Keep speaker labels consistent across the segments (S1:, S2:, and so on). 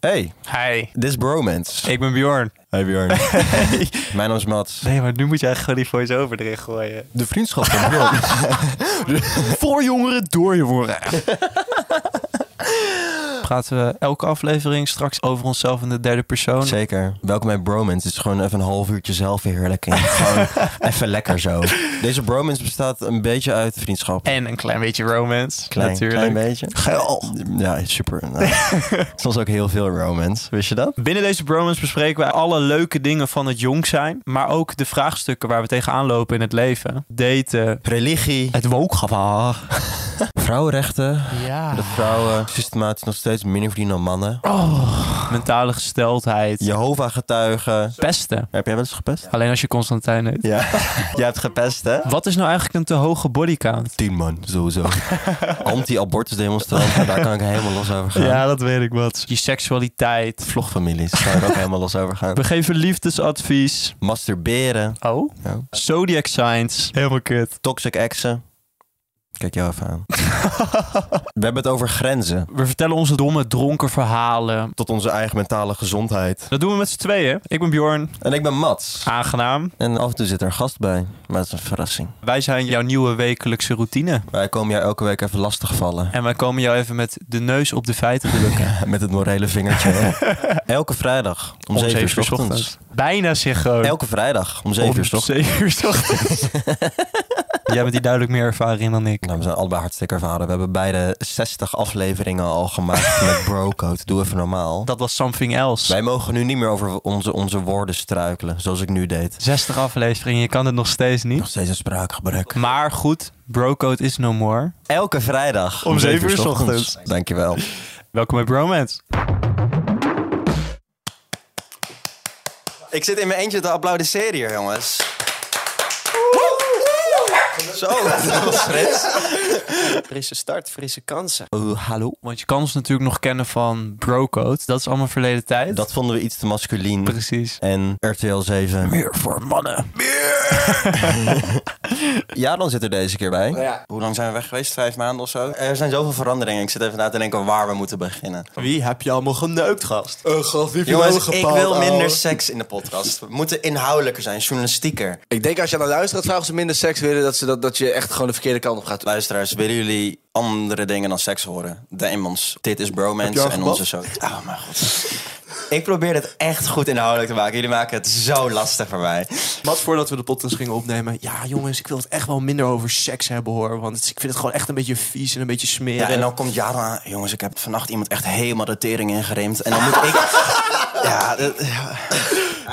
S1: Hey,
S2: Hi,
S1: dit is Bromance.
S2: ik ben Bjorn.
S1: Hey Bjorn. Mijn naam is Mats.
S2: Nee, maar nu moet je eigenlijk gewoon die voice-over erin gooien.
S1: De vriendschap van Bjorn.
S2: Voor jongeren, door jongeren. Praten we elke aflevering straks over onszelf in de derde persoon?
S1: Zeker. Welkom bij Bromance. Het is gewoon even een half uurtje zelfverheerlijking. gewoon even lekker zo. Deze Bromance bestaat een beetje uit vriendschap.
S2: En een klein beetje romance,
S1: Klein,
S2: natuurlijk.
S1: klein beetje.
S2: Geil.
S1: Ja, super. Nou, soms ook heel veel romance. Wist je dat?
S2: Binnen deze bromance bespreken we alle leuke dingen van het jong zijn, maar ook de vraagstukken waar we tegenaan lopen in het leven. Daten,
S1: Religie,
S2: het wookgevaar.
S1: vrouwenrechten.
S2: Ja.
S1: Dat vrouwen systematisch nog steeds minder verdienen dan mannen.
S2: Mentale gesteldheid.
S1: Jehovah-getuigen.
S2: Pesten.
S1: Heb jij wel eens gepest?
S2: Alleen als je Constantijn heet.
S1: Ja. jij hebt gepest, hè?
S2: Wat is nou eigenlijk een te hoge bodycount?
S1: Tien man, sowieso. Anti-abortus demonstranten, daar kan ik helemaal los over gaan.
S2: dat weet ik wat. Je seksualiteit.
S1: Vlogfamilies, daar kan ik ook helemaal los over gaan.
S2: We geven liefdesadvies.
S1: Masturberen,
S2: Oh?
S1: Ja.
S2: Zodiac signs. Helemaal kut.
S1: toxic exen. Kijk jou even aan. We hebben het over grenzen.
S2: We vertellen onze domme, dronken verhalen.
S1: Tot onze eigen mentale gezondheid.
S2: Dat doen we met z'n tweeën. Ik ben Bjorn.
S1: En ik ben Mats.
S2: Aangenaam.
S1: En af en toe zit er een gast bij, maar dat is een verrassing.
S2: Wij zijn jouw nieuwe wekelijkse routine.
S1: Wij komen jou elke week even lastigvallen.
S2: En wij komen jou even met de neus op de feiten drukken.
S1: Met het morele vingertje. hè. Elke vrijdag om 7 uur 's
S2: s
S1: ochtends.
S2: Bijna zeg gewoon.
S1: Elke vrijdag om 7 uur 's
S2: Om
S1: ochtends.
S2: zeven uur 's ochtends. Jij bent hier duidelijk meer ervaring in dan ik.
S1: Nou, we zijn allebei hartstikke ervaren. We hebben beide 60 afleveringen al gemaakt met Brocode. Doe even normaal.
S2: Dat was something else.
S1: Wij mogen nu niet meer over onze, onze woorden struikelen, zoals ik nu deed.
S2: 60 afleveringen, je kan het nog steeds niet.
S1: Nog steeds een spraakgebrek.
S2: Maar goed, brocode is no more.
S1: Elke vrijdag
S2: Om zeven
S1: zeven
S2: uur 's
S1: 's
S2: ochtends.
S1: Dankjewel.
S2: Welkom bij Bromance.
S1: Ik zit in mijn eentje te applaudisseren hier, jongens. Zo, dat was fris.
S3: Frisse start, frisse kansen.
S1: Oh, hallo.
S2: Want je kan ons natuurlijk nog kennen van brocode. Dat is allemaal verleden tijd.
S1: Dat vonden we iets te masculien.
S2: precies.
S1: En RTL 7.
S2: Meer voor mannen.
S1: Ja, dan zit er deze keer bij. Hoe lang zijn we weg geweest? Vijf maanden of zo? Er zijn zoveel veranderingen. Ik zit even na te denken waar we moeten beginnen.
S3: Wie heb je allemaal geneukt, gast? Eh, gast, wie heb
S1: Jongens, ik wil
S3: oh.
S1: minder seks in de podcast. We moeten inhoudelijker zijn, journalistieker.
S3: Ik denk als je naar luistert, vragen ze minder seks willen, dat, ze dat, dat je echt gewoon de verkeerde kant op gaat.
S1: Luisteraars, willen jullie andere dingen dan seks horen? Demons, dit is
S3: je
S1: bromance
S3: al
S1: en
S3: gebapt?
S1: onze zo. Oh mijn god. Ik probeer dit echt goed inhoudelijk te maken. Jullie maken het zo lastig voor mij.
S3: Wat voordat we de podcast gingen opnemen. Ja, jongens, ik wil het echt wel minder over seks hebben hoor. Want het- ik vind het gewoon echt een beetje vies en een beetje smerig.
S1: Ja, en dan komt Jara aan. Jongens, ik heb vannacht iemand echt helemaal de tering ingeremd. En dan moet ik... Ja, dat-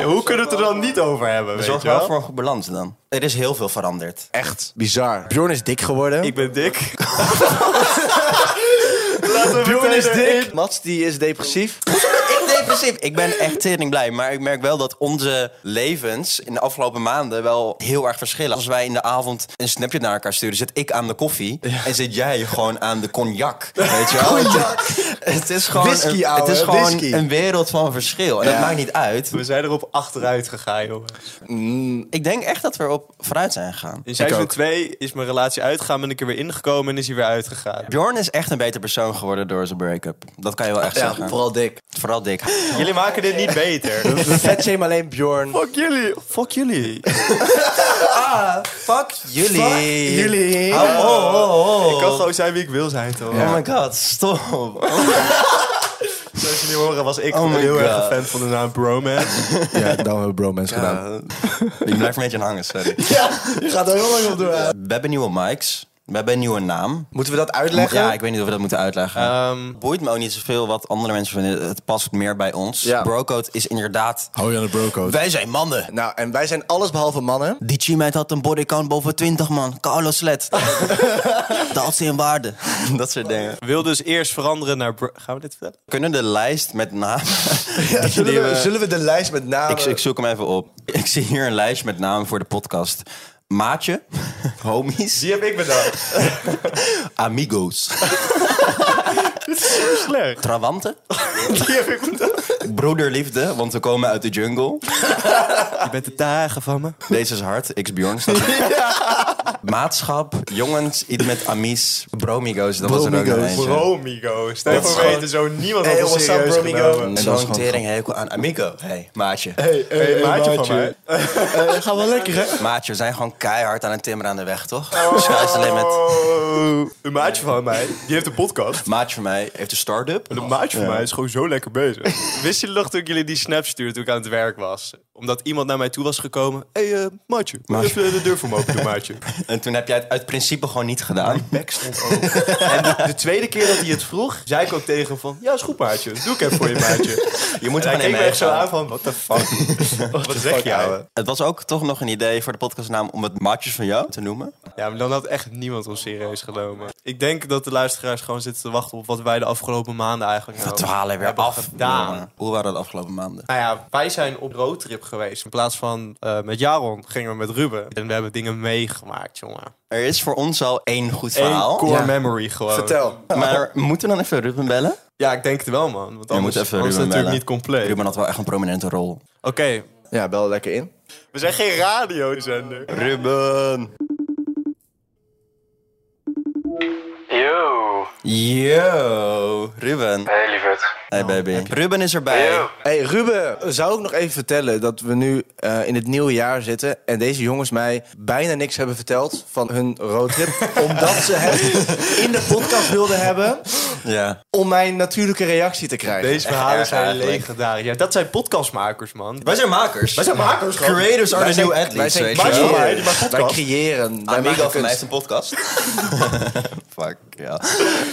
S3: hoe kunnen we het er dan niet over hebben?
S1: zorg wel voor een goed balans dan. Er is heel veel veranderd.
S3: Echt bizar. Bjorn is dik geworden.
S2: ben dik.
S3: Bjorn is dik. Mats die is depressief.
S1: Ik depressief. Ik ben echt tering blij. Maar ik merk wel dat onze levens in de afgelopen maanden wel heel erg verschillen. Als wij in de avond een snapje naar elkaar sturen, zit ik aan de koffie en zit jij gewoon aan de cognac. Weet je wel? Het is gewoon,
S3: Whisky,
S1: een, het is
S3: ouwe,
S1: gewoon
S3: whisky.
S1: een wereld van verschil. En dat maakt niet uit.
S4: We zijn erop achteruit gegaan, jongen.
S1: Ik denk echt dat we op vooruit zijn gegaan.
S4: In seizoen 2 is mijn relatie uitgegaan, ben ik er weer ingekomen en is hij weer uitgegaan.
S1: Bjorn is echt een beter persoon geworden door zijn break-up. Dat kan je wel echt
S3: Ja,
S1: zeggen.
S3: vooral dik.
S1: Vooral dik.
S4: Jullie maken dit niet beter.
S3: Vet shame alleen Bjorn.
S4: Fuck jullie. Fuck jullie.
S1: Fuck jullie.
S3: Fuck jullie.
S1: Hou op.
S4: Ik kan gewoon zijn wie ik wil zijn, toch?
S1: Oh my god, stop.
S4: Zoals jullie horen was ik
S1: Oh my
S4: heel erg
S1: God.
S4: een fan van de naam Bromance.
S3: Ja, dan hebben we bromance gedaan.
S1: Ja, Eh, ik blijf een beetje aan hangen, sorry.
S3: Je gaat er heel lang op door.
S1: We hebben nieuwe mics. We hebben een nieuwe naam.
S3: Moeten we dat uitleggen?
S1: Ja, ik weet niet of we dat moeten uitleggen.
S3: Ehm.
S1: Boeit me ook niet zoveel wat andere mensen vinden. Het past meer bij ons.
S3: Ja.
S1: Brocode is inderdaad...
S3: Hou je aan de brocode.
S1: Wij zijn mannen.
S3: Nou, en wij zijn alles behalve mannen.
S1: Die teammate had een bodycount boven 20, man. Carlos Let. dat zijn waarde. Dat soort dingen.
S4: Wil dus eerst veranderen naar... Bro- Gaan we dit vertellen?
S1: Kunnen de lijst met namen... die
S3: Zullen
S1: we-
S3: we, Dus zullen we de lijst met namen...
S1: Ik, ik zoek hem even op. Ik zie hier een lijst met namen voor de podcast. Maatje, homies,
S4: Die heb ik bedacht.
S1: amigos.
S2: Slecht.
S1: Trawante,
S2: Die heb ik moeten.
S1: broederliefde, want we komen uit de jungle.
S5: Je bent de dagen van me.
S1: Deze is hard, X Bjorn. staat er. Maatschap, jongens, iets met amies, bromigo's, dat was er ook nog
S5: Bromigo's.
S1: eentje.
S2: Bromigo. Stel je
S1: Dat is
S2: voor
S1: gewoon-
S2: weten zo niemand
S1: Hey,
S2: had ons
S1: what's up,
S2: serieus
S1: bromigo?
S2: genomen.
S1: En
S5: dat is
S1: zo'n
S5: gewoon
S1: teringhekel aan Amico. hey, maatje.
S2: Hey, hey, maatje van mij.
S3: Eh,
S5: Ga wel lekker, hè?
S1: Maatje, we zijn gewoon keihard aan het timmeren aan de weg, toch? Dus Sky's the limit.
S2: Oh, een maatje van mij, die heeft een podcast.
S1: Maatje van mij heeft een start-up.
S2: En een maatje van mij is gewoon zo lekker bezig. Wist je nog toen ik jullie die snap stuurde toen ik aan het werk was? Omdat iemand naar mij toe was gekomen. Hé, hey, eh, maatje,
S1: Maatje.
S2: even de deur voor me open doen, maatje.
S1: En toen heb jij het uit principe gewoon niet gedaan.
S2: bek stond open. En de, de tweede keer dat hij het vroeg, zei ik ook tegen hem van... Ja, is goed, maatje. Doe ik even voor je, maatje.
S1: Je moet
S2: En
S1: gewoon
S2: hij keek
S1: in
S2: me echt zo
S1: meegaan.
S2: aan van... What the fuck? Wat zeg je, ouwe?
S1: Het was ook toch nog een idee voor de podcastnaam om het Maatjes van jou te noemen.
S2: Ja, maar dan had echt niemand ons serieus genomen. Ik denk dat de luisteraars gewoon zitten te wachten op wat wij de afgelopen maanden eigenlijk nou
S1: We dwalen weer
S2: hebben
S1: af.
S2: gedaan.
S1: jongen. Hoe waren de afgelopen maanden?
S2: Nou ja, wij zijn op roadtrip geweest. In plaats van eh, met Jaron gingen we met Ruben. En we hebben dingen meegemaakt, jongen.
S1: Er is voor ons al één goed
S2: Eén
S1: verhaal.
S2: core
S5: Ja.
S2: memory gewoon.
S1: Maar moeten we dan even Ruben bellen?
S2: Ja, ik denk het wel, man. Want
S1: Je
S2: anders,
S1: moet even
S2: anders is het
S1: Ruben
S2: natuurlijk
S1: bellen.
S2: niet compleet. Oké,
S1: Ruben had wel echt een prominente rol.
S5: Ja, bel lekker in.
S2: we zijn geen radiozender.
S1: Ruben!
S6: Yo,
S1: Yo! Ruben.
S6: hey lieverd.
S1: Hey baby. Ruben is erbij.
S6: Yo.
S3: Hey Ruben, zou ik nog even vertellen dat we nu eh, in het nieuwe jaar zitten en deze jongens mij bijna niks hebben verteld van hun roadtrip, omdat ze het in de podcast wilden hebben
S1: Ja.
S3: om mijn natuurlijke reactie te krijgen.
S2: Deze
S1: erg
S2: verhalen zijn
S1: eigenlijk.
S2: legendarisch. Ja, dat zijn podcastmakers, man.
S1: Wij zijn makers. Wij zijn
S2: makers, gewoon.
S1: Creators are
S3: Wij
S1: the
S3: zijn-
S1: new athletes,
S3: wij
S1: weet
S3: zijn
S1: je wel.
S2: van mij, die
S3: creëren,
S2: maakt
S3: wij,
S2: podcast.
S3: creëren, wij
S1: Amigo
S3: maken
S1: van mij heeft
S3: kunst.
S1: een podcast. Fuck, ja.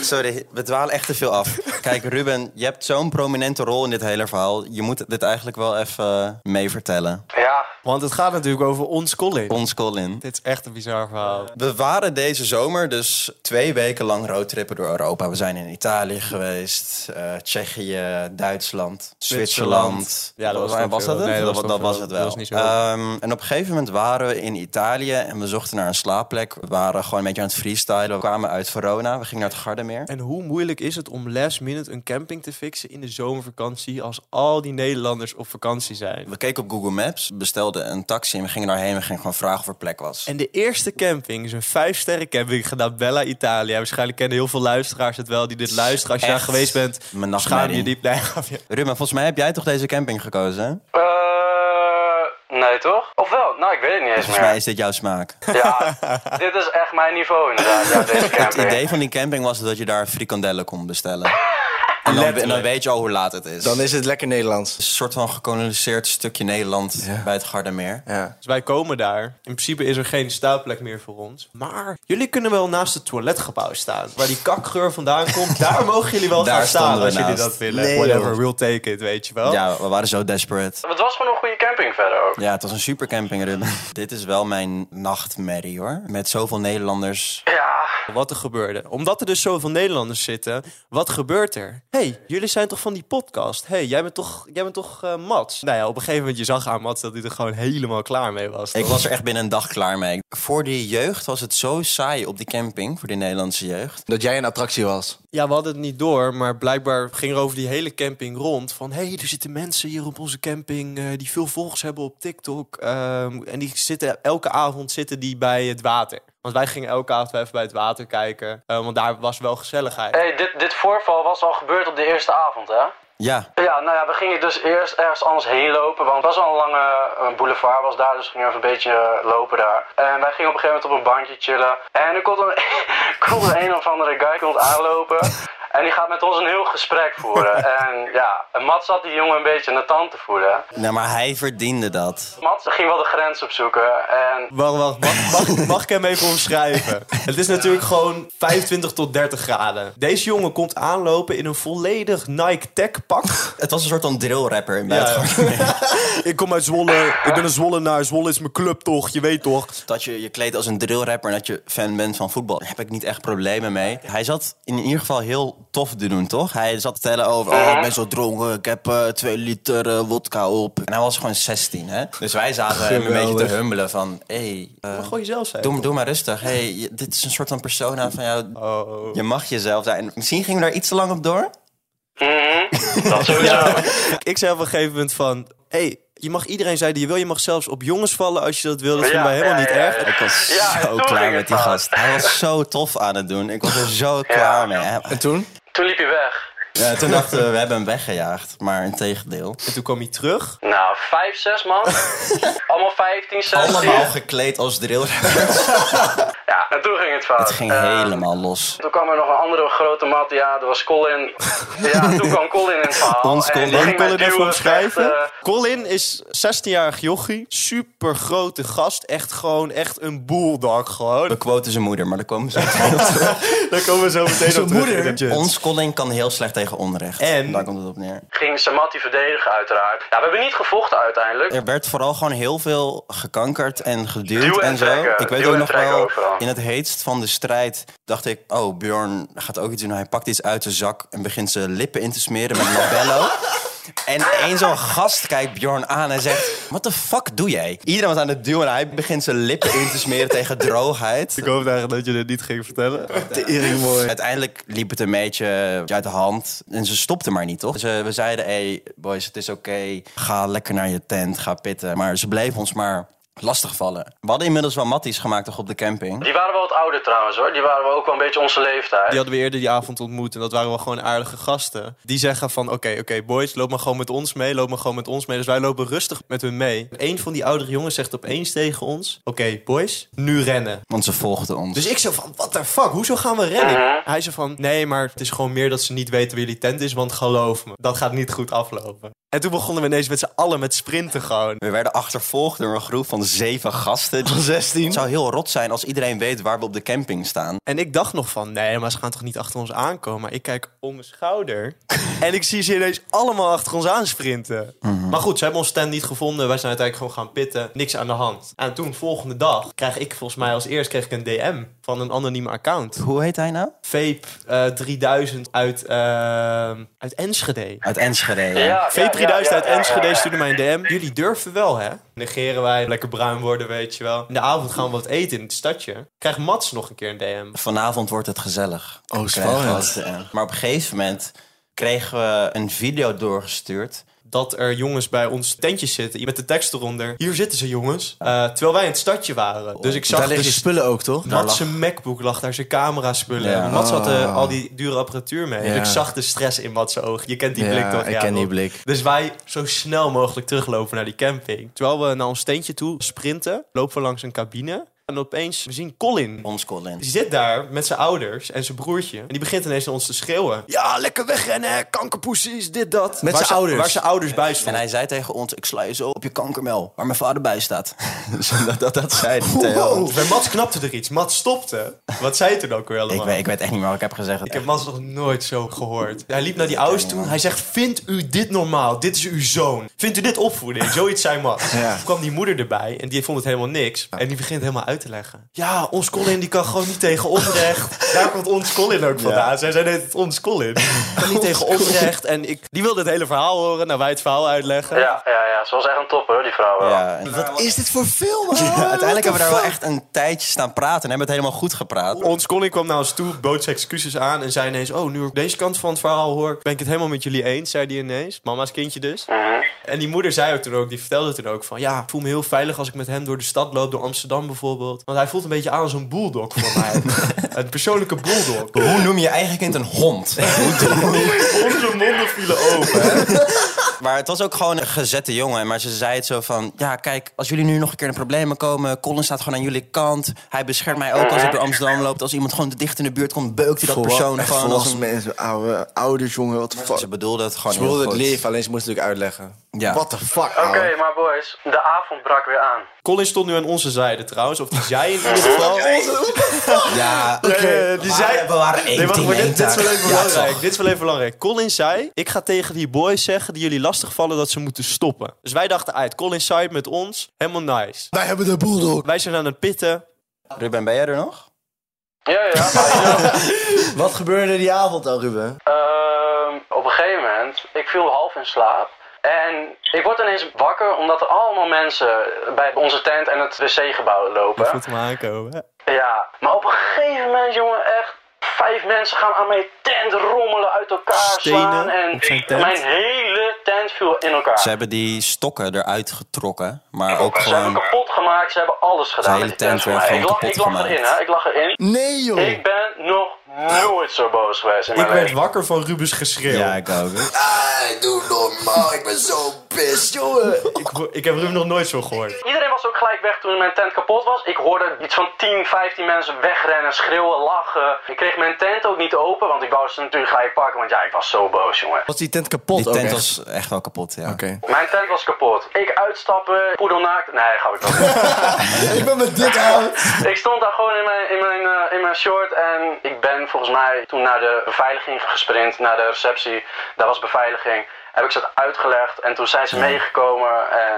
S1: Sorry, we dwalen echt te veel af. Kijk, Ruben, je hebt zo'n prominente rol in dit hele verhaal. Je moet dit eigenlijk wel even mee vertellen.
S6: Ja,
S2: Want het gaat natuurlijk over ons college.
S1: Ons Colin.
S2: Dit is echt een bizar verhaal.
S1: We waren deze zomer dus twee weken lang roadtrippen door Europa. We zijn in Italië geweest, eh, Tsjechië, Duitsland, Zwitserland.
S2: Ja, dat was
S1: was,
S2: toch
S1: was dat
S2: veel.
S1: het?
S2: Nee, dat
S1: dat,
S2: was
S1: was, dat
S2: toch
S1: was
S2: veel.
S1: het
S2: Dat
S1: wel.
S2: was niet zo
S1: Ehm, en op een gegeven moment waren we in Italië en we zochten naar een slaapplek. We waren gewoon een beetje aan het freestylen. We kwamen uit Verona, we gingen naar het Gardameer.
S2: En hoe moeilijk is het om last minute een camping te fixen in de zomervakantie als al die Nederlanders op vakantie zijn?
S1: We keken op Google Maps, bestelden een taxi en we gingen daarheen. We gingen gewoon vragen of er plek was.
S2: En de eerste camping is een vijfsterren camping gedaan Bella Italia. Waarschijnlijk kennen heel veel luisteraars het wel die dit luisteren. Als je
S1: Echt
S2: daar geweest bent,
S1: mijn
S2: schaam je
S1: nachtmerrie.
S2: diep. Nee, grapje.
S1: Ruben, volgens mij heb jij toch deze camping gekozen? hè?
S6: Eh nee toch? Of wel? Nou, ik weet het niet eens
S1: Volgens mij
S6: meer.
S1: is dit jouw smaak.
S6: Ja, dit is echt mijn niveau inderdaad, ja, deze
S1: Het
S6: camping.
S1: idee van die camping was dat je daar frikandellen kon bestellen. En dan, en dan weet je al hoe laat het is.
S3: Dan is het lekker Nederlands.
S1: een soort van gekoloniseerd stukje Nederland bij het Gardameer.
S3: Ja.
S2: Dus wij komen daar. In principe is er geen staanplek meer voor ons. Maar jullie kunnen wel naast het toiletgebouw staan. Waar die kakgeur vandaan komt. daar mogen jullie wel
S1: Daar
S2: gaan staan
S1: stonden we
S2: als jullie
S1: naast.
S2: dat willen.
S1: Nee,
S2: Whatever, we'll take it, weet je wel.
S1: Ja, we waren zo desperate.
S6: Het was gewoon een goede camping verder ook.
S1: Ja, het was een supercamping, Ruben. Dit is wel mijn nachtmerrie, hoor. Met zoveel Nederlanders.
S6: Ja,
S2: Wat er gebeurde. Omdat er dus zoveel Nederlanders zitten, wat gebeurt er? Hé, hey, jullie zijn toch van die podcast? Hé, hey, jij bent toch, jij bent toch eh, Mats? Nou ja, op een gegeven moment je zag aan Mats dat hij er gewoon helemaal klaar mee was.
S1: Ik
S2: toch?
S1: was er echt binnen een dag klaar mee. Voor die jeugd was het zo saai op die camping, voor die Nederlandse jeugd.
S3: Dat jij een attractie was.
S2: Ja, we hadden het niet door, maar blijkbaar ging er over die hele camping rond. Van, hé, hey, er zitten mensen hier op onze camping eh, die veel volgers hebben op TikTok. ehm, en die zitten, elke avond zitten die bij het water. Want wij gingen elke avond wel even bij het water kijken. eh, want daar was wel gezelligheid.
S6: hey, dit, dit voorval was al gebeurd op de eerste avond, hè?
S1: Ja,
S6: Ja, nou ja, we gingen dus eerst ergens anders heen lopen. Want het was al een lange eh, boulevard was daar, dus we gingen even een beetje eh, lopen daar. En wij gingen op een gegeven moment op een bankje chillen. En er komt een, komt een, een of andere guy komt aanlopen. En die gaat met ons een heel gesprek voeren. En ja, en Mats zat die jongen een beetje in de tand te voelen.
S1: nou, maar hij verdiende dat.
S6: Mats ging wel de grens opzoeken. En
S2: Wacht, wacht, mag, mag, mag ik hem even omschrijven? Het is natuurlijk gewoon 25 tot 30 graden. Deze jongen komt aanlopen in een volledig Nike Tech pak. Eh,
S1: Het was een soort van drillrapper in
S2: Ja.
S1: bed.
S2: ik kom uit Zwolle, ik ben een Zwollenaar. Zwolle is mijn club toch, je weet toch.
S1: Dat je je kleedt als een drillrapper en dat je fan bent van voetbal. Daar heb ik niet echt problemen mee. Hij zat in ieder geval heel tof te doen, toch? Hij zat te tellen over, oh, ik ben zo dronken, ik heb eh, twee liter eh, wodka op. En hij was gewoon 16, hè? Dus wij zaten hem een beetje te humbelen van, hey, eh,
S2: Maar gewoon jezelf zijn.
S1: doe, doe maar rustig. Hey, je- dit is een soort van persona van jou.
S2: Oh.
S1: Je mag jezelf zijn. En Misschien gingen we daar iets te lang op door.
S6: Mhm. Dat sowieso.
S2: Ik zei op een gegeven moment van... hey, je mag iedereen zijn die je wil. Je mag zelfs op jongens vallen als je dat wil. Dat vind ik
S6: Ja,
S2: mij helemaal
S6: ja,
S2: niet
S6: ja,
S2: erg.
S6: ja.
S1: Ik was
S6: Ja, en
S1: zo
S6: toen
S1: klaar
S6: ging
S1: met
S6: het
S1: die
S6: fout.
S1: gast. Hij was zo tof aan het doen. Ik was er zo klaar mee. Hij-
S3: En toen?
S6: Toen liep je weg.
S1: Ja, toen dachten we, we hebben hem weggejaagd. Maar in tegendeel.
S2: En toen kwam hij terug.
S6: Nou, vijf, zes man. Allemaal 15, 16.
S1: Allemaal gekleed als drill.
S6: Ja, en toen ging het fout.
S1: Het ging
S6: Eh,
S1: helemaal los.
S6: Toen kwam er nog een andere grote mat, ja, dat was Colin. Ja, toen kwam Colin in het verhaal.
S1: Ons
S6: Oh, En die
S1: Colin.
S6: ging mij
S2: Colin even
S6: duwen, eh,
S2: omschrijven.
S6: vechten.
S2: Colin is 16-jarig jochie. Super grote gast. Echt gewoon echt een bulldog
S1: We
S2: gewoon.
S1: quoten zijn moeder, maar daar komen ze.
S2: Daar komen we zo meteen op terug. in de chat.
S1: Ons Colin kan heel slecht tegen onrecht.
S2: En-
S1: Daar komt het op neer.
S6: Ging Samati verdedigen, uiteraard. Ja, we hebben niet gevochten uiteindelijk.
S1: Er werd vooral gewoon heel veel gekankerd en geduwd
S6: Duwen en
S1: en zo.
S6: trekken.
S1: Ik weet
S6: Duwen
S1: ook
S6: en
S1: nog
S6: trekken
S1: wel,
S6: overal.
S1: in het heetst van de strijd dacht ik... oh, Bjorn gaat ook iets doen. Hij pakt iets uit zijn zak en begint zijn lippen in te smeren met labello. En één zo'n gast kijkt Bjorn aan en zegt... What the fuck doe jij? Iedereen was aan het duwen en hij begint zijn lippen in te smeren tegen droogheid.
S2: Ik hoop eigenlijk dat je dit niet ging vertellen.
S1: Dus Uiteindelijk liep het een beetje uit de hand. En ze stopten maar niet, toch? Ze, we zeiden, hey boys, het is oké. Ga lekker naar je tent, ga pitten. Maar ze bleven ons maar lastigvallen. We hadden inmiddels wel matties gemaakt toch op de camping.
S6: Die waren wel wat ouder trouwens hoor. Die waren wel ook wel een beetje onze leeftijd.
S2: Die hadden we eerder die avond ontmoet. En dat waren wel gewoon aardige gasten. Die zeggen van, oké, oké, boys, loop maar gewoon met ons mee. Loop maar gewoon met ons mee. Dus wij lopen rustig met hun mee. Eén van die oudere jongens zegt opeens tegen ons... Oké, boys, nu rennen.
S1: Want ze volgden ons.
S2: Dus ik zo van, what the fuck, hoezo gaan we rennen? Hij zo van, nee, maar het is gewoon meer dat ze niet weten wie die tent is. Want geloof me, dat gaat niet goed aflopen. En toen begonnen we ineens met z'n allen met sprinten gewoon.
S1: we werden achtervolgd door een groep van zeven gasten. Van 16. Het zou heel rot zijn als iedereen weet waar we op de camping staan.
S2: En ik dacht nog van, nee, maar ze gaan toch niet achter ons aankomen? Maar ik kijk om mijn schouder en ik zie ze ineens allemaal achter ons aansprinten. Maar goed, ze hebben ons tent niet gevonden. Wij zijn uiteindelijk gewoon gaan pitten. Niks aan de hand. En toen, volgende dag, krijg ik volgens mij als eerst kreeg ik een DM van een anonieme account.
S1: Hoe heet hij nou?
S2: Vape eh, 3000 uit, eh, uit Enschede.
S1: Uit Enschede. ja.
S6: Ja, ja,
S2: V3000 uit
S6: ja, ja, ja.
S2: Enschede stuurde mij een DM. Jullie durven wel, hè? Negeren wij, lekker bruin worden, weet je wel. In de avond gaan we wat eten in het stadje. Krijgt Mats nog een keer een DM.
S1: Vanavond wordt het gezellig.
S3: Oh,
S1: Krijgen we
S3: spannend.
S1: als DM. Maar op een gegeven moment kregen we een video doorgestuurd.
S2: dat er jongens bij ons tentjes zitten met de tekst eronder. Hier zitten ze, jongens. Eh, terwijl wij in het stadje waren. Dus ik zag
S3: Daar liggen
S2: dus
S3: spullen ook, toch?
S2: Mats zijn MacBook lag daar zijn camera spullen.
S1: Ja.
S2: En Mats had eh, al die dure apparatuur mee. Dus
S3: Ah. Ja.
S2: ik zag de stress in Mats' ogen. Je kent die
S3: Ja,
S2: blik toch?
S3: ik ken die
S2: toch?
S3: blik.
S2: Dus wij zo snel mogelijk teruglopen naar die camping. Terwijl we naar ons tentje toe sprinten, lopen we langs een cabine. En opeens, we zien Colin
S1: Ons Colin.
S2: die zit daar met zijn ouders en zijn broertje. En die begint ineens naar ons te schreeuwen. Ja, lekker wegrennen, hè, kankerpoesies, dit, dat.
S3: Met
S2: Waar
S3: zijn ouders.
S2: Waar zijn ouders bij
S1: En
S2: stonden.
S1: hij zei tegen ons, ik sla je zo op je kankermel, waar mijn vader bij staat. Dus dat, dat, dat zei hij tegen ons.
S2: Oh, bij Mats knapte er iets. Mats stopte. Wat zei je toen ook weer allemaal?
S1: Ik weet, ik weet echt niet meer wat ik heb gezegd.
S2: Ik heb Mats nog nooit zo gehoord. Hij liep naar die ouders toe. Hij zegt, vindt u dit normaal? Dit is uw zoon. Vindt u dit opvoeding? Zoiets zei Mats.
S3: Ja.
S2: Toen kwam die moeder erbij en die vond het helemaal niks. En die begint helemaal uit te leggen. Ja, ons Colin die kan gewoon niet tegen onrecht. Daar komt ons Colin ook vandaan. Zij zei net, ons Colin. Kan niet tegen onrecht. En ik, die wilde het hele verhaal horen. Nou, wij het verhaal uitleggen.
S6: Ja, ja, ja. Ze was echt een topper hoor, die vrouw wel.
S1: Ja, en-
S3: Wat is dit voor film?
S1: Ja, uiteindelijk hebben we daar wel
S3: echt.
S1: echt een tijdje staan praten en hebben het helemaal goed gepraat.
S2: Ons Colin kwam naar ons toe, bood zijn excuses aan en zei ineens... Oh, nu ik deze kant van het verhaal hoor, ben ik het helemaal met jullie eens, zei die ineens. Mama's kindje dus. En die moeder zei ook toen ook, die vertelde toen ook van... Ja, ik voel me heel veilig als ik met hem door de stad loop, door Amsterdam bijvoorbeeld. Want hij voelt een beetje aan als een bulldog voor mij. een persoonlijke bulldog.
S1: Hoe noem je je eigen kind een hond?
S2: Onze monden vielen open. hè.
S1: Maar het was ook gewoon een gezette jongen. Maar ze zei het zo van... Ja, kijk, als jullie nu nog een keer in problemen komen... Colin staat gewoon aan jullie kant. Hij beschermt mij ook als ik door Amsterdam loop. Als iemand gewoon te dicht in de buurt komt... beukt hij dat persoon gewoon als
S3: volwassen
S1: een...
S3: mensen, oude, ouders, jongen, wat de fuck.
S1: Ze bedoelde het gewoon
S3: Ze
S1: heel
S3: wilden het
S1: goed.
S3: lief, alleen ze moesten het natuurlijk uitleggen.
S1: Ja.
S3: What the fuck,
S6: Oké,
S3: ouwe.
S6: maar boys, de avond brak weer aan.
S2: Colin stond nu aan onze zijde trouwens, of die zei in ieder geval...
S1: Ja,
S2: Eh, die zei...
S1: we waren één
S2: Nee, wacht,
S1: team,
S2: maar
S1: één
S2: dit, dit is wel
S1: taak.
S2: even
S1: Ja,
S2: belangrijk.
S1: toch.
S2: dit is wel even belangrijk. Colin zei, ik ga tegen die boys zeggen die jullie lastigvallen dat ze moeten stoppen. Dus wij dachten uit, Colin zei het met ons, helemaal nice.
S3: Wij hebben de boel door.
S2: Wij zijn aan het pitten.
S1: Ruben, ben jij er nog?
S6: Ja, ja. maar-
S3: Wat gebeurde die avond dan, Ruben?
S6: Ehm, op een gegeven moment, ik viel half in slaap. En ik word ineens wakker omdat er allemaal mensen bij onze tent en het wc-gebouw lopen.
S2: hem aankomen. hè?
S6: Ja, maar op een gegeven moment, jongen, echt. Vijf mensen gaan aan mijn tent rommelen, uit elkaar slaan.
S2: Stenen
S6: En
S2: op zijn tent.
S6: mijn hele tent viel in elkaar.
S1: Ze hebben die stokken eruit getrokken, maar ook
S6: Ze hebben
S1: gewoon...
S6: kapot gemaakt, ze hebben alles gedaan.
S1: hele
S6: met die tent
S1: tent werd
S6: van mij. ik
S1: gewoon
S6: lag, ik
S1: kapot
S6: lag erin,
S1: gemaakt.
S6: hè? Ik lag erin.
S3: Nee, joh.
S6: Ik ben nog nooit zo boos geweest in mijn leven.
S7: wakker van Rubens geschreeuw.
S1: Ja, ik ook.
S3: doe normaal, ik ben zo pissed, jongen.
S7: Ik, ho- ik heb Ruben nog nooit zo gehoord.
S6: Iedereen was ook gelijk weg toen mijn tent kapot was. Ik hoorde iets van 10, 15 mensen wegrennen, schreeuwen, lachen. Ik kreeg mijn tent ook niet open, want ik wou ze natuurlijk gelijk pakken. Want ja, ik was zo boos, jongen.
S3: Was die tent kapot
S1: Die
S3: ook
S1: tent
S3: echt?
S1: was echt wel kapot, ja.
S3: Oké.
S6: Mijn tent was kapot. Ik uitstappen, poedelnaakt. Nee, ga ik niet.
S3: ik ben met dit oud.
S6: ik stond daar gewoon in mijn, in, mijn, eh, in mijn short en ik ben volgens mij toen naar de beveiliging gesprint, naar de receptie. Daar was beveiliging. Heb ik ze dat uitgelegd en toen zijn ze meegekomen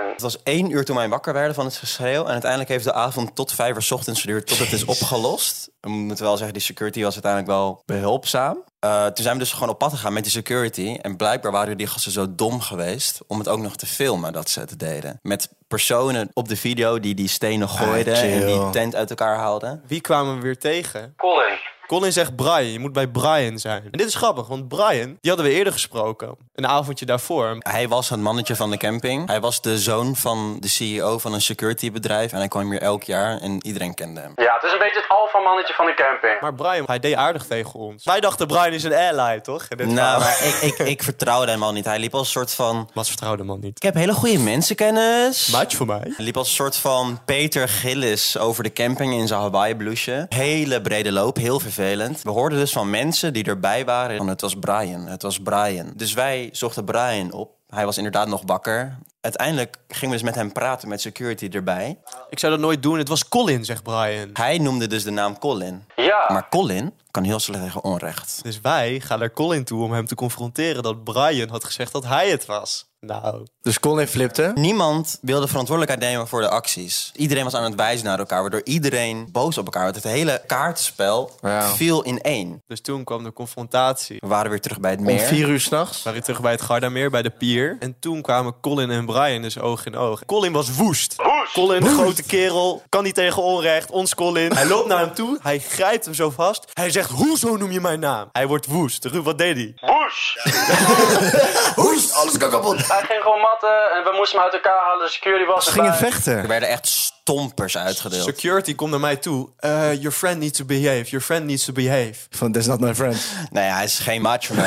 S6: en...
S1: Het was één uur toen wij wakker werden van het geschreeuw. En uiteindelijk heeft de avond tot vijf uur 's ochtends geduurd tot het is opgelost. We moeten wel zeggen, die security was uiteindelijk wel behulpzaam. Eh, toen zijn we dus gewoon op pad gegaan met die security. En blijkbaar waren die gasten zo dom geweest om het ook nog te filmen dat ze het deden. Met personen op de video die die stenen gooiden en die tent uit elkaar haalden.
S2: Wie kwamen we weer tegen?
S6: Colin,
S2: Colin zegt Brian, je moet bij Brian zijn. En dit is grappig, want Brian, die hadden we eerder gesproken. Een avondje daarvoor.
S1: Hij was het mannetje van de camping. Hij was de zoon van de CEO van een securitybedrijf. En hij kwam hier elk jaar en iedereen kende hem.
S6: ja, het is een beetje het alfamannetje van de camping.
S2: Maar Brian, hij deed aardig tegen ons. Wij dachten Brian is een ally, toch? In dit verhaal.
S1: Nou, maar ik, ik, ik vertrouwde hem al niet. Hij liep als een soort van...
S2: Mats vertrouwde man niet.
S1: Ik heb hele goede mensenkennis.
S2: Maatje voor mij.
S1: Hij liep als een soort van Peter Gillis over de camping in zijn Hawaii blouseje. Hele brede loop, heel vervelend. We hoorden dus van mensen die erbij waren. Van, het was Brian, het was Brian. Dus wij zochten Brian op. Hij was inderdaad nog wakker. Uiteindelijk gingen we dus met hem praten met security erbij.
S2: Ik zou dat nooit doen, het was Colin, zegt Brian.
S1: Hij noemde dus de naam Colin.
S6: Ja.
S1: Maar Colin kan heel slecht tegen onrecht.
S2: Dus wij gaan naar Colin toe om hem te confronteren dat Brian had gezegd dat hij het was. Nou,
S3: Dus Colin flipte.
S1: Niemand wilde verantwoordelijkheid nemen voor de acties. Iedereen was aan het wijzen naar elkaar, waardoor iedereen boos op elkaar werd. Het hele kaartspel
S3: Ja.
S1: viel in één.
S2: dus toen kwam de confrontatie.
S1: We waren weer terug bij het
S3: Om
S1: meer.
S3: vier uur s'nachts.
S2: We waren terug bij het Gardameer, bij de pier. En toen kwamen Colin en Brian dus oog in oog. Colin was woest. Colin, grote kerel, kan niet tegen onrecht, ons Colin. Hij loopt naar hem toe, hij grijpt hem zo vast. Hij zegt, hoezo noem je mijn naam? Hij wordt woest. Ruud, wat deed hij?
S6: Bush!
S3: Hoest, alles kan kapot.
S6: Hij ging gewoon matten en we moesten hem uit elkaar halen. De security was
S3: Ze gingen
S6: erbij.
S1: Er
S3: vechten.
S1: werden echt stompers uitgedeeld.
S2: Security komt naar mij toe. Eh, your friend needs to behave, your friend needs to behave.
S3: Van, that's not my friend.
S1: Nee, hij is geen macho man.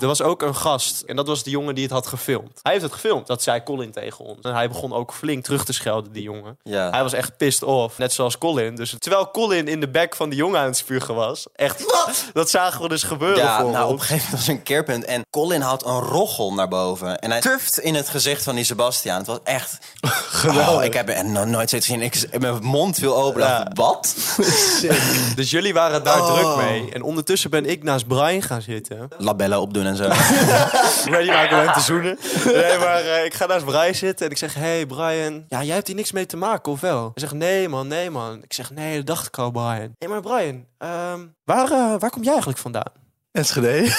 S2: Er was ook een gast en dat was de jongen die het had gefilmd. Hij heeft het gefilmd, dat zei Colin tegen ons. En hij begon ook flink terug te schelden, die jongen.
S1: Ja.
S2: Hij was echt pissed off, net zoals Colin. Dus terwijl Colin in de bek van die jongen aan het spugen was, echt, dat zagen we dus gebeuren
S1: ja,
S2: voor
S1: nou, op een
S2: ons.
S1: gegeven moment was een keerpunt. En Colin haalt een rochel naar boven. En hij turft in het gezicht van die Sebastiaan. Het was echt... Geweldig. ik heb hem nog nooit zoiets gezien. Ik, mijn mond viel open.
S2: Ja.
S1: dacht, Wat?
S2: Dus jullie waren daar
S1: Oh.
S2: druk mee. En ondertussen ben ik naast Brian gaan zitten.
S1: Labellen opdoen en zo.
S2: Ready maken om hem te zoenen. Nee, maar eh, ik ga naast Brian zitten en ik zeg... Hey Brian, ja, jij hebt hier niks mee te maken, of wel? Hij zegt, nee man, nee man. Ik zeg, nee, dat dacht ik al, Brian. Hé, maar Brian, ehm, waar, eh, waar kom jij eigenlijk vandaan?
S3: Enschede.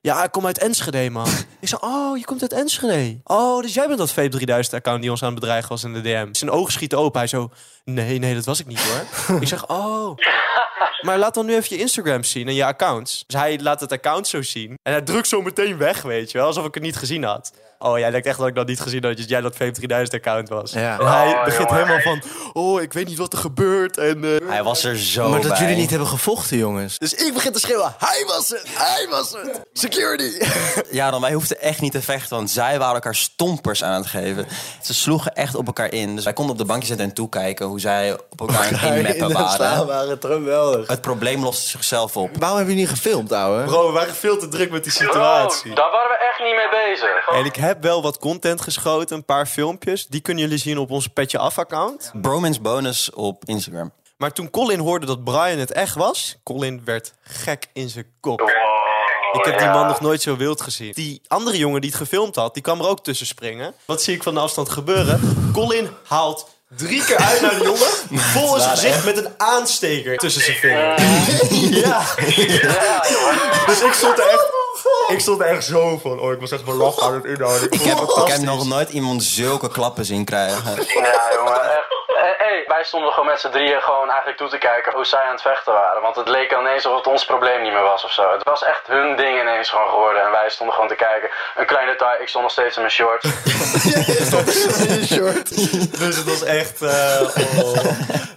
S2: Ja, ik kom uit Enschede, man. ik zei, oh, je komt uit Enschede. Oh, dus jij bent dat V3000-account die ons aan het bedreigen was in de DM. Zijn ogen schieten open. Hij zo, nee, nee, dat was ik niet, hoor. ik zeg, oh. Maar laat dan nu even je Instagram zien en je accounts. Dus hij laat het account zo zien. En hij drukt zo meteen weg, weet je wel. Alsof ik het niet gezien had. Oh, jij denkt echt dat ik dat niet gezien had. dat Jij dat V3000-account was.
S3: Ja.
S2: En hij
S6: Oh,
S2: begint
S6: jongen.
S2: helemaal van... Oh, ik weet niet wat er gebeurt. En, eh,
S1: hij was er zo
S3: Maar dat
S1: bij.
S3: jullie niet hebben gevochten, jongens.
S2: Dus ik begin te schreeuwen. Hij was het! Hij was het!
S3: Security.
S1: Ja, dan wij hoefden echt niet te vechten, want zij waren elkaar stompers aan het geven. Ze sloegen echt op elkaar in. Dus wij konden op de bankje zitten en toekijken hoe zij op elkaar aan het inmeppen waren.
S3: waren geweldig.
S1: Het probleem loste zichzelf op.
S3: Waarom hebben jullie niet gefilmd, ouwe?
S2: Bro, we waren veel te druk met
S6: Oh,
S2: die situatie.
S6: Bro, daar waren we echt niet mee bezig.
S2: En ik heb wel wat content geschoten, een paar filmpjes. Die kunnen jullie zien op onze Petje Af-account.
S1: Bromance bonus op Instagram.
S2: Maar toen Colin hoorde dat Brian het echt was... Colin werd gek in zijn kop.
S7: Oh,
S2: Ik heb die man nog nooit zo wild gezien. Die andere jongen die het gefilmd had, die kwam er ook tussen springen. Wat zie ik van de afstand gebeuren? Colin haalt
S7: Drie keer uit naar de jongen. Vol in zijn gezicht met een aansteker tussen zijn vingers. Ja. Dus ik stond er echt... Ik stond er echt zo van. Oh, ik was echt mijn lach aan het inhouden.
S1: Ik heb, ik heb nog nooit iemand zulke klappen zien krijgen.
S6: Ja, jongen, echt. Hey, hey, wij stonden gewoon met z'n drieën gewoon eigenlijk toe te kijken hoe zij aan het vechten waren. Want het leek ineens alsof het ons probleem niet meer was of zo. Het was echt hun ding ineens gewoon geworden. En wij stonden gewoon te kijken. Een klein detail, ik stond nog steeds in mijn shorts.
S7: Dus het was echt... eh, oh.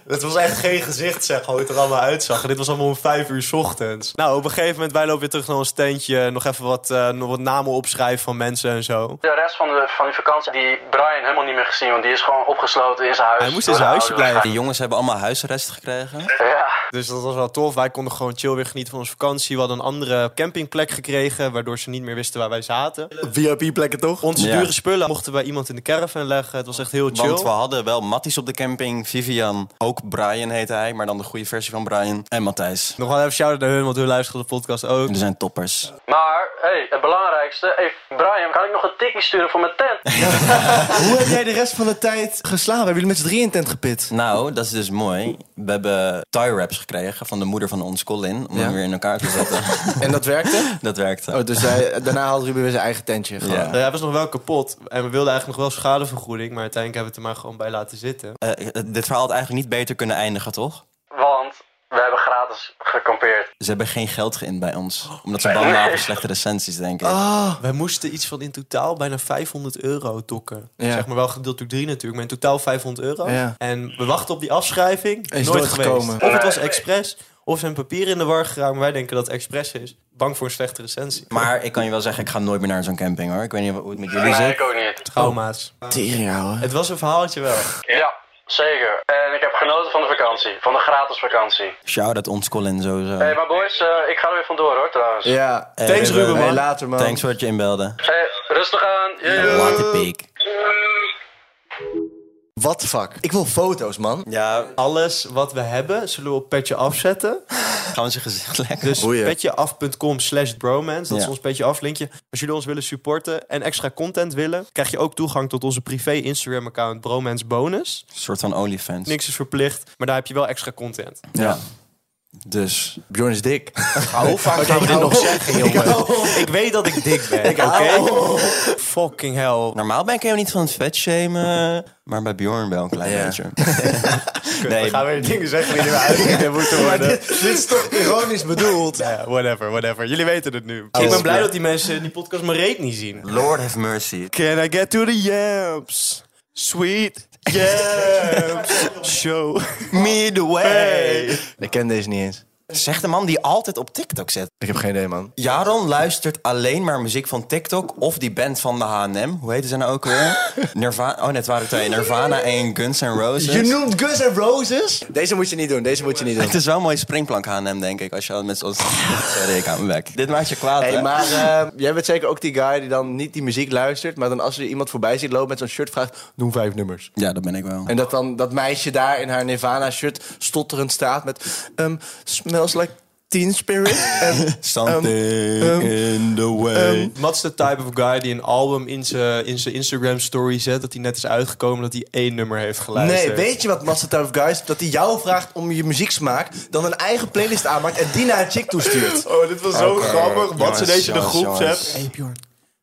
S7: Het was echt geen gezicht, zeg, hoe het er allemaal uitzag. En dit was allemaal om vijf uur 's ochtends. Nou, op een gegeven moment, wij lopen weer terug naar ons tentje. Nog even wat, eh, nog wat namen opschrijven van mensen en zo.
S6: De rest van, de, van die vakantie die Brian helemaal niet meer gezien. Want die is gewoon opgesloten in zijn huis.
S2: Hij moest dus in zijn
S6: Door de
S2: huisje
S6: ouders.
S1: Die jongens hebben allemaal huisarrest gekregen.
S6: Ja.
S2: Dus dat was wel tof. Wij konden gewoon chill weer genieten van onze vakantie. We hadden een andere campingplek gekregen, waardoor ze niet meer wisten waar wij zaten.
S3: VIP-plekken toch?
S2: Onze
S1: Ja.
S2: dure spullen mochten wij iemand in de caravan leggen. Het was echt heel chill.
S1: Want we hadden wel Matties op de camping, Vivian, ook Brian heette hij, maar dan de goede versie van Brian en Matthijs.
S2: Nog wel even shout-out naar hun, want hun luisteren de podcast ook.
S1: Die zijn toppers.
S6: Maar, hey, het belangrijkste. Hey, Brian, kan ik nog een tikkie sturen voor mijn tent?
S3: Hoe heb jij de rest van de tijd geslapen? Hebben jullie met z'n drieën in tent gepit?
S1: Nou, dat is dus mooi. We hebben tie wraps gekregen van de moeder van ons, Colin, om hem weer in elkaar te zetten.
S3: En dat werkte?
S1: dat werkte.
S3: Oh, dus hij- daarna had Ruben weer zijn eigen tentje. Gewoon.
S1: Ja.
S2: Ja, hij was nog wel kapot. En we wilden eigenlijk nog wel schadevergoeding, maar uiteindelijk hebben we het er maar gewoon bij laten zitten.
S1: Eh, eh, dit verhaal had eigenlijk niet beter kunnen eindigen, toch?
S6: Want we hebben gratis gekampeerd.
S1: Ze hebben geen geld geïnd bij ons. Omdat ze bang waren voor slechte recensies, denk ik.
S2: Ah, Wij moesten iets van in totaal bijna 500 euro dokken.
S3: Ja.
S2: Zeg maar wel gedeeld door drie natuurlijk, maar in totaal 500 euro.
S3: Ja.
S2: En we wachten op die afschrijving.
S3: Is
S2: nooit
S3: nooit
S2: geweest.
S3: gekomen.
S2: Of het was expres, of zijn papieren in de war geraakt. Maar wij denken dat het expres is. Bang voor een slechte recensie.
S1: Maar ik kan je wel zeggen, ik ga nooit meer naar zo'n camping hoor. Ik weet niet hoe het met jullie
S6: Nee,
S1: zit.
S6: ik ook niet.
S2: Trauma's.
S3: Tering, ouwe.
S2: Het was een verhaaltje wel.
S6: Ja, zeker. En ik heb genoten van de vakantie. Van de gratis vakantie.
S1: Shout out ons Colin sowieso.
S6: hey, maar boys, eh, ik ga er weer vandoor hoor trouwens.
S3: Ja.
S1: Hey,
S2: Thanks,
S1: Ruben.
S2: Ruben, man.
S3: Hey, later man.
S1: Thanks voor dat je inbelde.
S6: Hey, rustig aan. Joejoe.
S1: Later peek.
S3: What the fuck? Ik wil foto's, man.
S1: Ja,
S2: Alles wat we hebben, zullen we op petje afzetten.
S1: gaan we zijn gezicht lekker.
S2: Dus
S3: Boeien.
S2: petjeaf.com slash bromance. Dat is
S1: Ja.
S2: ons petje aflinkje. Als jullie ons willen supporten en extra content willen... krijg je ook toegang tot onze privé Instagram-account Bromance Bonus.
S1: Een soort van OnlyFans.
S2: Niks is verplicht, maar daar heb je wel extra content.
S1: Ja. Dus.
S3: Bjorn is dik.
S2: Hou vaak
S3: Gaan we dit nog zeggen, jongen?
S2: Ik weet dat ik dik ben, oké? Fucking hell.
S1: Normaal ben ik helemaal niet van het vetshamen, maar bij Bjorn wel een klein
S3: Ja.
S1: beetje.
S7: We
S1: nee,
S7: gaan weer dingen zeggen die er weer uitgeknipt moeten worden.
S3: Dit is toch ironisch bedoeld?
S2: Ja, whatever, whatever. Jullie weten het nu. ik ben blij dat die mensen in die podcast mijn reet niet zien.
S1: Lord have mercy.
S2: Can I get to the yams? Sweet yams. Show me the way.
S3: Ik ken deze niet eens.
S1: Zegt de man die altijd op TikTok zit.
S3: Ik heb geen idee, man.
S1: Jaron luistert alleen maar muziek van TikTok of die band van de H&M. Hoe heette ze nou ook weer? Nirvana. Oh, net waren er twee. Nirvana en Guns N' Roses.
S3: noemt Guns N' Roses? Deze moet je niet doen, deze moet je niet doen.
S1: Het is wel een mooie springplank H&M, denk ik. Als je al met zo'n... Sorry, ik hou me weg. Dit maakt je kwaad,
S3: Hey,
S1: hè?
S3: maar eh, jij bent zeker ook die guy die dan niet die muziek luistert, maar dan als er iemand voorbij ziet lopen met zo'n shirt vraagt, noem vijf nummers.
S1: Ja, dat ben ik wel.
S3: En dat dan dat meisje daar in haar Nirvana shirt stotterend staat met ehm, smells like teen spirit. en,
S1: Something
S3: um,
S1: in the way.
S3: um,
S2: Ehm, Mat's de type of guy die een album in zijn in zijn Instagram story zet... dat hij net is uitgekomen dat hij één nummer heeft geluisterd.
S3: nee, weet je wat Master Type of Guys? Dat hij jou vraagt om je muzieksmaak, dan een eigen playlist aanmaakt en die naar een chick toestuurt.
S7: Oh, dit was zo grappig. Wat ze deze in de
S1: jongens,
S7: groep
S1: jongens.
S7: zegt.
S2: Hey Bjorn,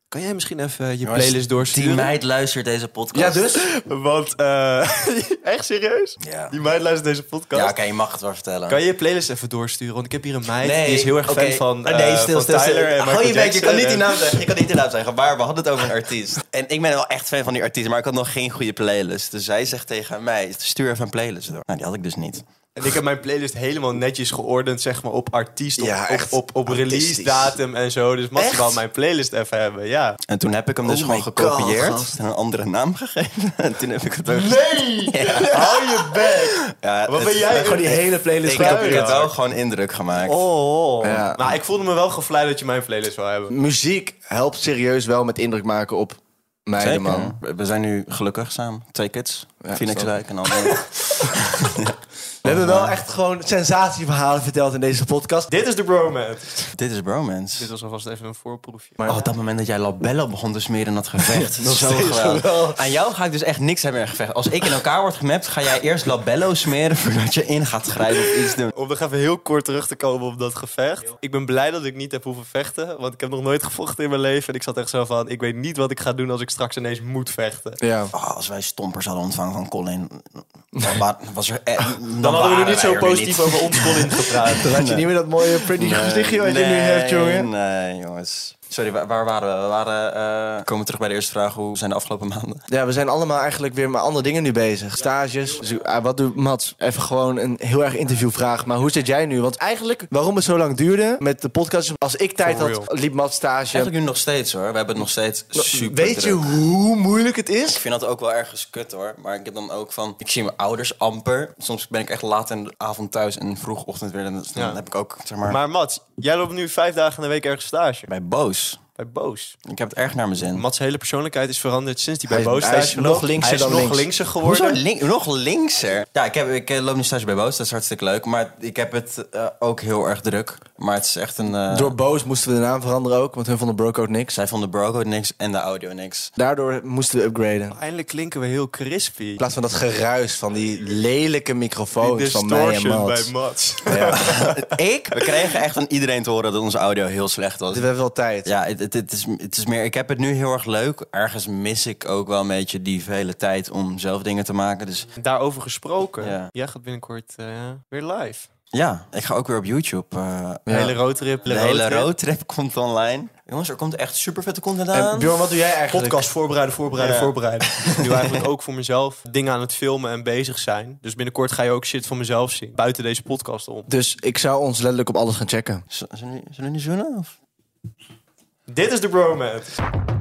S2: kan jij misschien even je playlist
S1: Die
S2: doorsturen?
S1: meid luistert deze podcast.
S3: Ja, dus?
S7: Want, eh, echt serieus?
S1: Ja.
S7: Die meid luistert deze podcast.
S1: Ja, oké, je mag het wel vertellen.
S2: Kan je je playlist even doorsturen? Want ik heb hier een meid die is heel erg
S1: oké.
S2: fan van,
S1: Ah,
S2: eh
S1: nee, stil,
S2: van
S1: stil, stil.
S2: Tyler en
S1: Hou
S2: Michael
S1: je bek, je kan
S2: Jackson
S1: niet die
S2: en-
S1: naam zeggen. Je kan niet die naam zeggen. Maar we hadden het over een artiest. En ik ben wel echt fan van die artiest, maar ik had nog geen goede playlist. Dus zij zegt tegen mij, stuur even een playlist door. Nou, die had ik dus niet.
S2: En ik heb mijn playlist helemaal netjes geordend, zeg maar, op artiest, op,
S3: Ja,
S2: op-
S3: echt
S2: op, op,
S3: artistisch.
S2: release datum en zo. Dus mag
S3: Echt?
S2: wel mijn playlist even hebben, ja.
S1: En toen heb ik hem dus
S3: Oh
S1: gewoon
S3: my
S1: gekopieerd
S3: God, gast.
S1: en een andere naam gegeven. En toen heb ik het ook...
S7: Nee! Hou je bek!
S1: Ja,
S7: Wat
S1: het-
S7: ben jij?
S3: Gewoon die hele playlist.
S1: Ik heb
S3: gebruiken.
S1: het wel gewoon indruk gemaakt.
S2: Oh,
S3: Ja.
S2: maar ik voelde me wel gevleid dat je mijn playlist wil hebben.
S3: Muziek helpt serieus wel met indruk maken op meiden,
S1: Zeker. Oh,
S3: man.
S1: We we zijn nu gelukkig samen. Twee kids. Phoenix
S3: snap
S1: Wijk en al.
S3: We hebben wel echt gewoon sensatieverhalen verteld in deze podcast.
S2: Dit is de bromance.
S1: Dit is bromance.
S2: Dit was alvast even een voorproefje.
S1: Maar oh, dat moment dat jij labello begon te smeren in dat gevecht. dat is zo geweldig. Aan jou ga ik dus echt niks hebben in een gevecht. Als ik in elkaar word gemapt, ga jij eerst labello smeren voordat je in gaat grijpen of iets doen.
S2: Om nog even heel kort terug te komen op dat gevecht. Ik ben blij dat ik niet heb hoeven vechten. Want ik heb nog nooit gevochten in mijn leven. En ik zat echt zo van, ik weet niet wat ik ga doen als ik straks ineens moet vechten.
S3: Ja.
S1: Oh, als wij stompers hadden ontvangen van Colin, dan wa- was er... eh, dan
S2: Dan
S1: waren
S2: hadden we er niet
S1: wij
S2: zo
S1: er weer
S2: positief over ons Colin gepraat.
S3: Dan had je niet meer dat mooie pretty gezichtje wat je nu hebt, jongen.
S1: Nee, jongens. Sorry, waar, waar waren we? We waren, eh, komen terug bij de eerste vraag. Hoe zijn de afgelopen maanden?
S3: Ja, we zijn allemaal eigenlijk weer met andere dingen nu bezig. Stages. Dus, ah, wat doet Mats? Even gewoon een heel erg interviewvraag. Maar hoe zit jij nu? Want eigenlijk, waarom het zo lang duurde met de podcast... is Als ik tijd
S2: For
S3: had, liep Mats stage.
S1: Eigenlijk nu nog steeds hoor. We hebben het nog steeds super
S3: Weet je
S1: druk.
S3: hoe moeilijk het
S1: Ik
S3: is?
S1: vind dat ook wel ergens kut hoor. Maar ik heb dan ook van. Ik zie mijn ouders amper. Soms ben ik echt laat in de avond thuis en vroeg ochtend weer. En dan
S2: Ja.
S1: heb ik ook zeg maar,
S2: Maar Mats, jij loopt nu vijf dagen in de week ergens stage.
S1: Bij boos.
S2: Bij Boos.
S1: Ik heb het erg naar mijn zin.
S2: Mats' hele persoonlijkheid is veranderd sinds hij bij
S3: Hij is-
S2: Boos
S3: hij is
S2: stage
S3: nog
S2: loopt.
S3: linkser
S2: Hij is
S3: dan
S2: nog
S3: links.
S2: linkser
S1: Hoezo
S2: geworden.
S1: link, nog linkser? Ja, ik, heb, ik eh, loop nu stage bij boos. Dat is hartstikke leuk. Maar ik heb het eh, ook heel erg druk. Maar het is echt een. eh,
S3: Door Boos moesten we de naam veranderen ook, want hun vonden Brocode niks.
S1: Zij vonden Broco niks en de audio niks.
S3: Daardoor moesten we upgraden. In
S2: Eindelijk klinken we heel crispy.
S3: plaats van dat geruis van die lelijke microfoons van mij en
S2: Distortion
S3: Mats.
S2: bij Mats.
S1: Ik? We kregen echt van iedereen te horen dat onze audio heel slecht was.
S3: We hebben wel tijd.
S1: Ja, het, het, het is, het is meer. Ik heb het nu heel erg leuk. Ergens mis ik ook wel een beetje die vele tijd om zelf dingen te maken. Dus
S2: Daarover gesproken.
S1: Ja.
S2: Jij gaat binnenkort eh, weer live.
S1: ja, ik ga ook weer op YouTube. eh,
S2: De hele roadtrip.
S1: de hele roadtrip komt online. Jongens, er komt echt super vette content
S3: En
S1: aan.
S3: Bjorn, wat doe jij eigenlijk?
S2: Podcast voorbereiden, voorbereiden,
S1: Ja.
S2: voorbereiden. Ik doe eigenlijk ook voor mezelf dingen aan het filmen en bezig zijn. Dus binnenkort ga je ook shit van mezelf zien. Buiten deze podcast om.
S3: Dus ik zou ons letterlijk op alles gaan checken.
S1: Z- Zullen we- zullen we nu zoenen? Of?
S2: Dit is de bromance.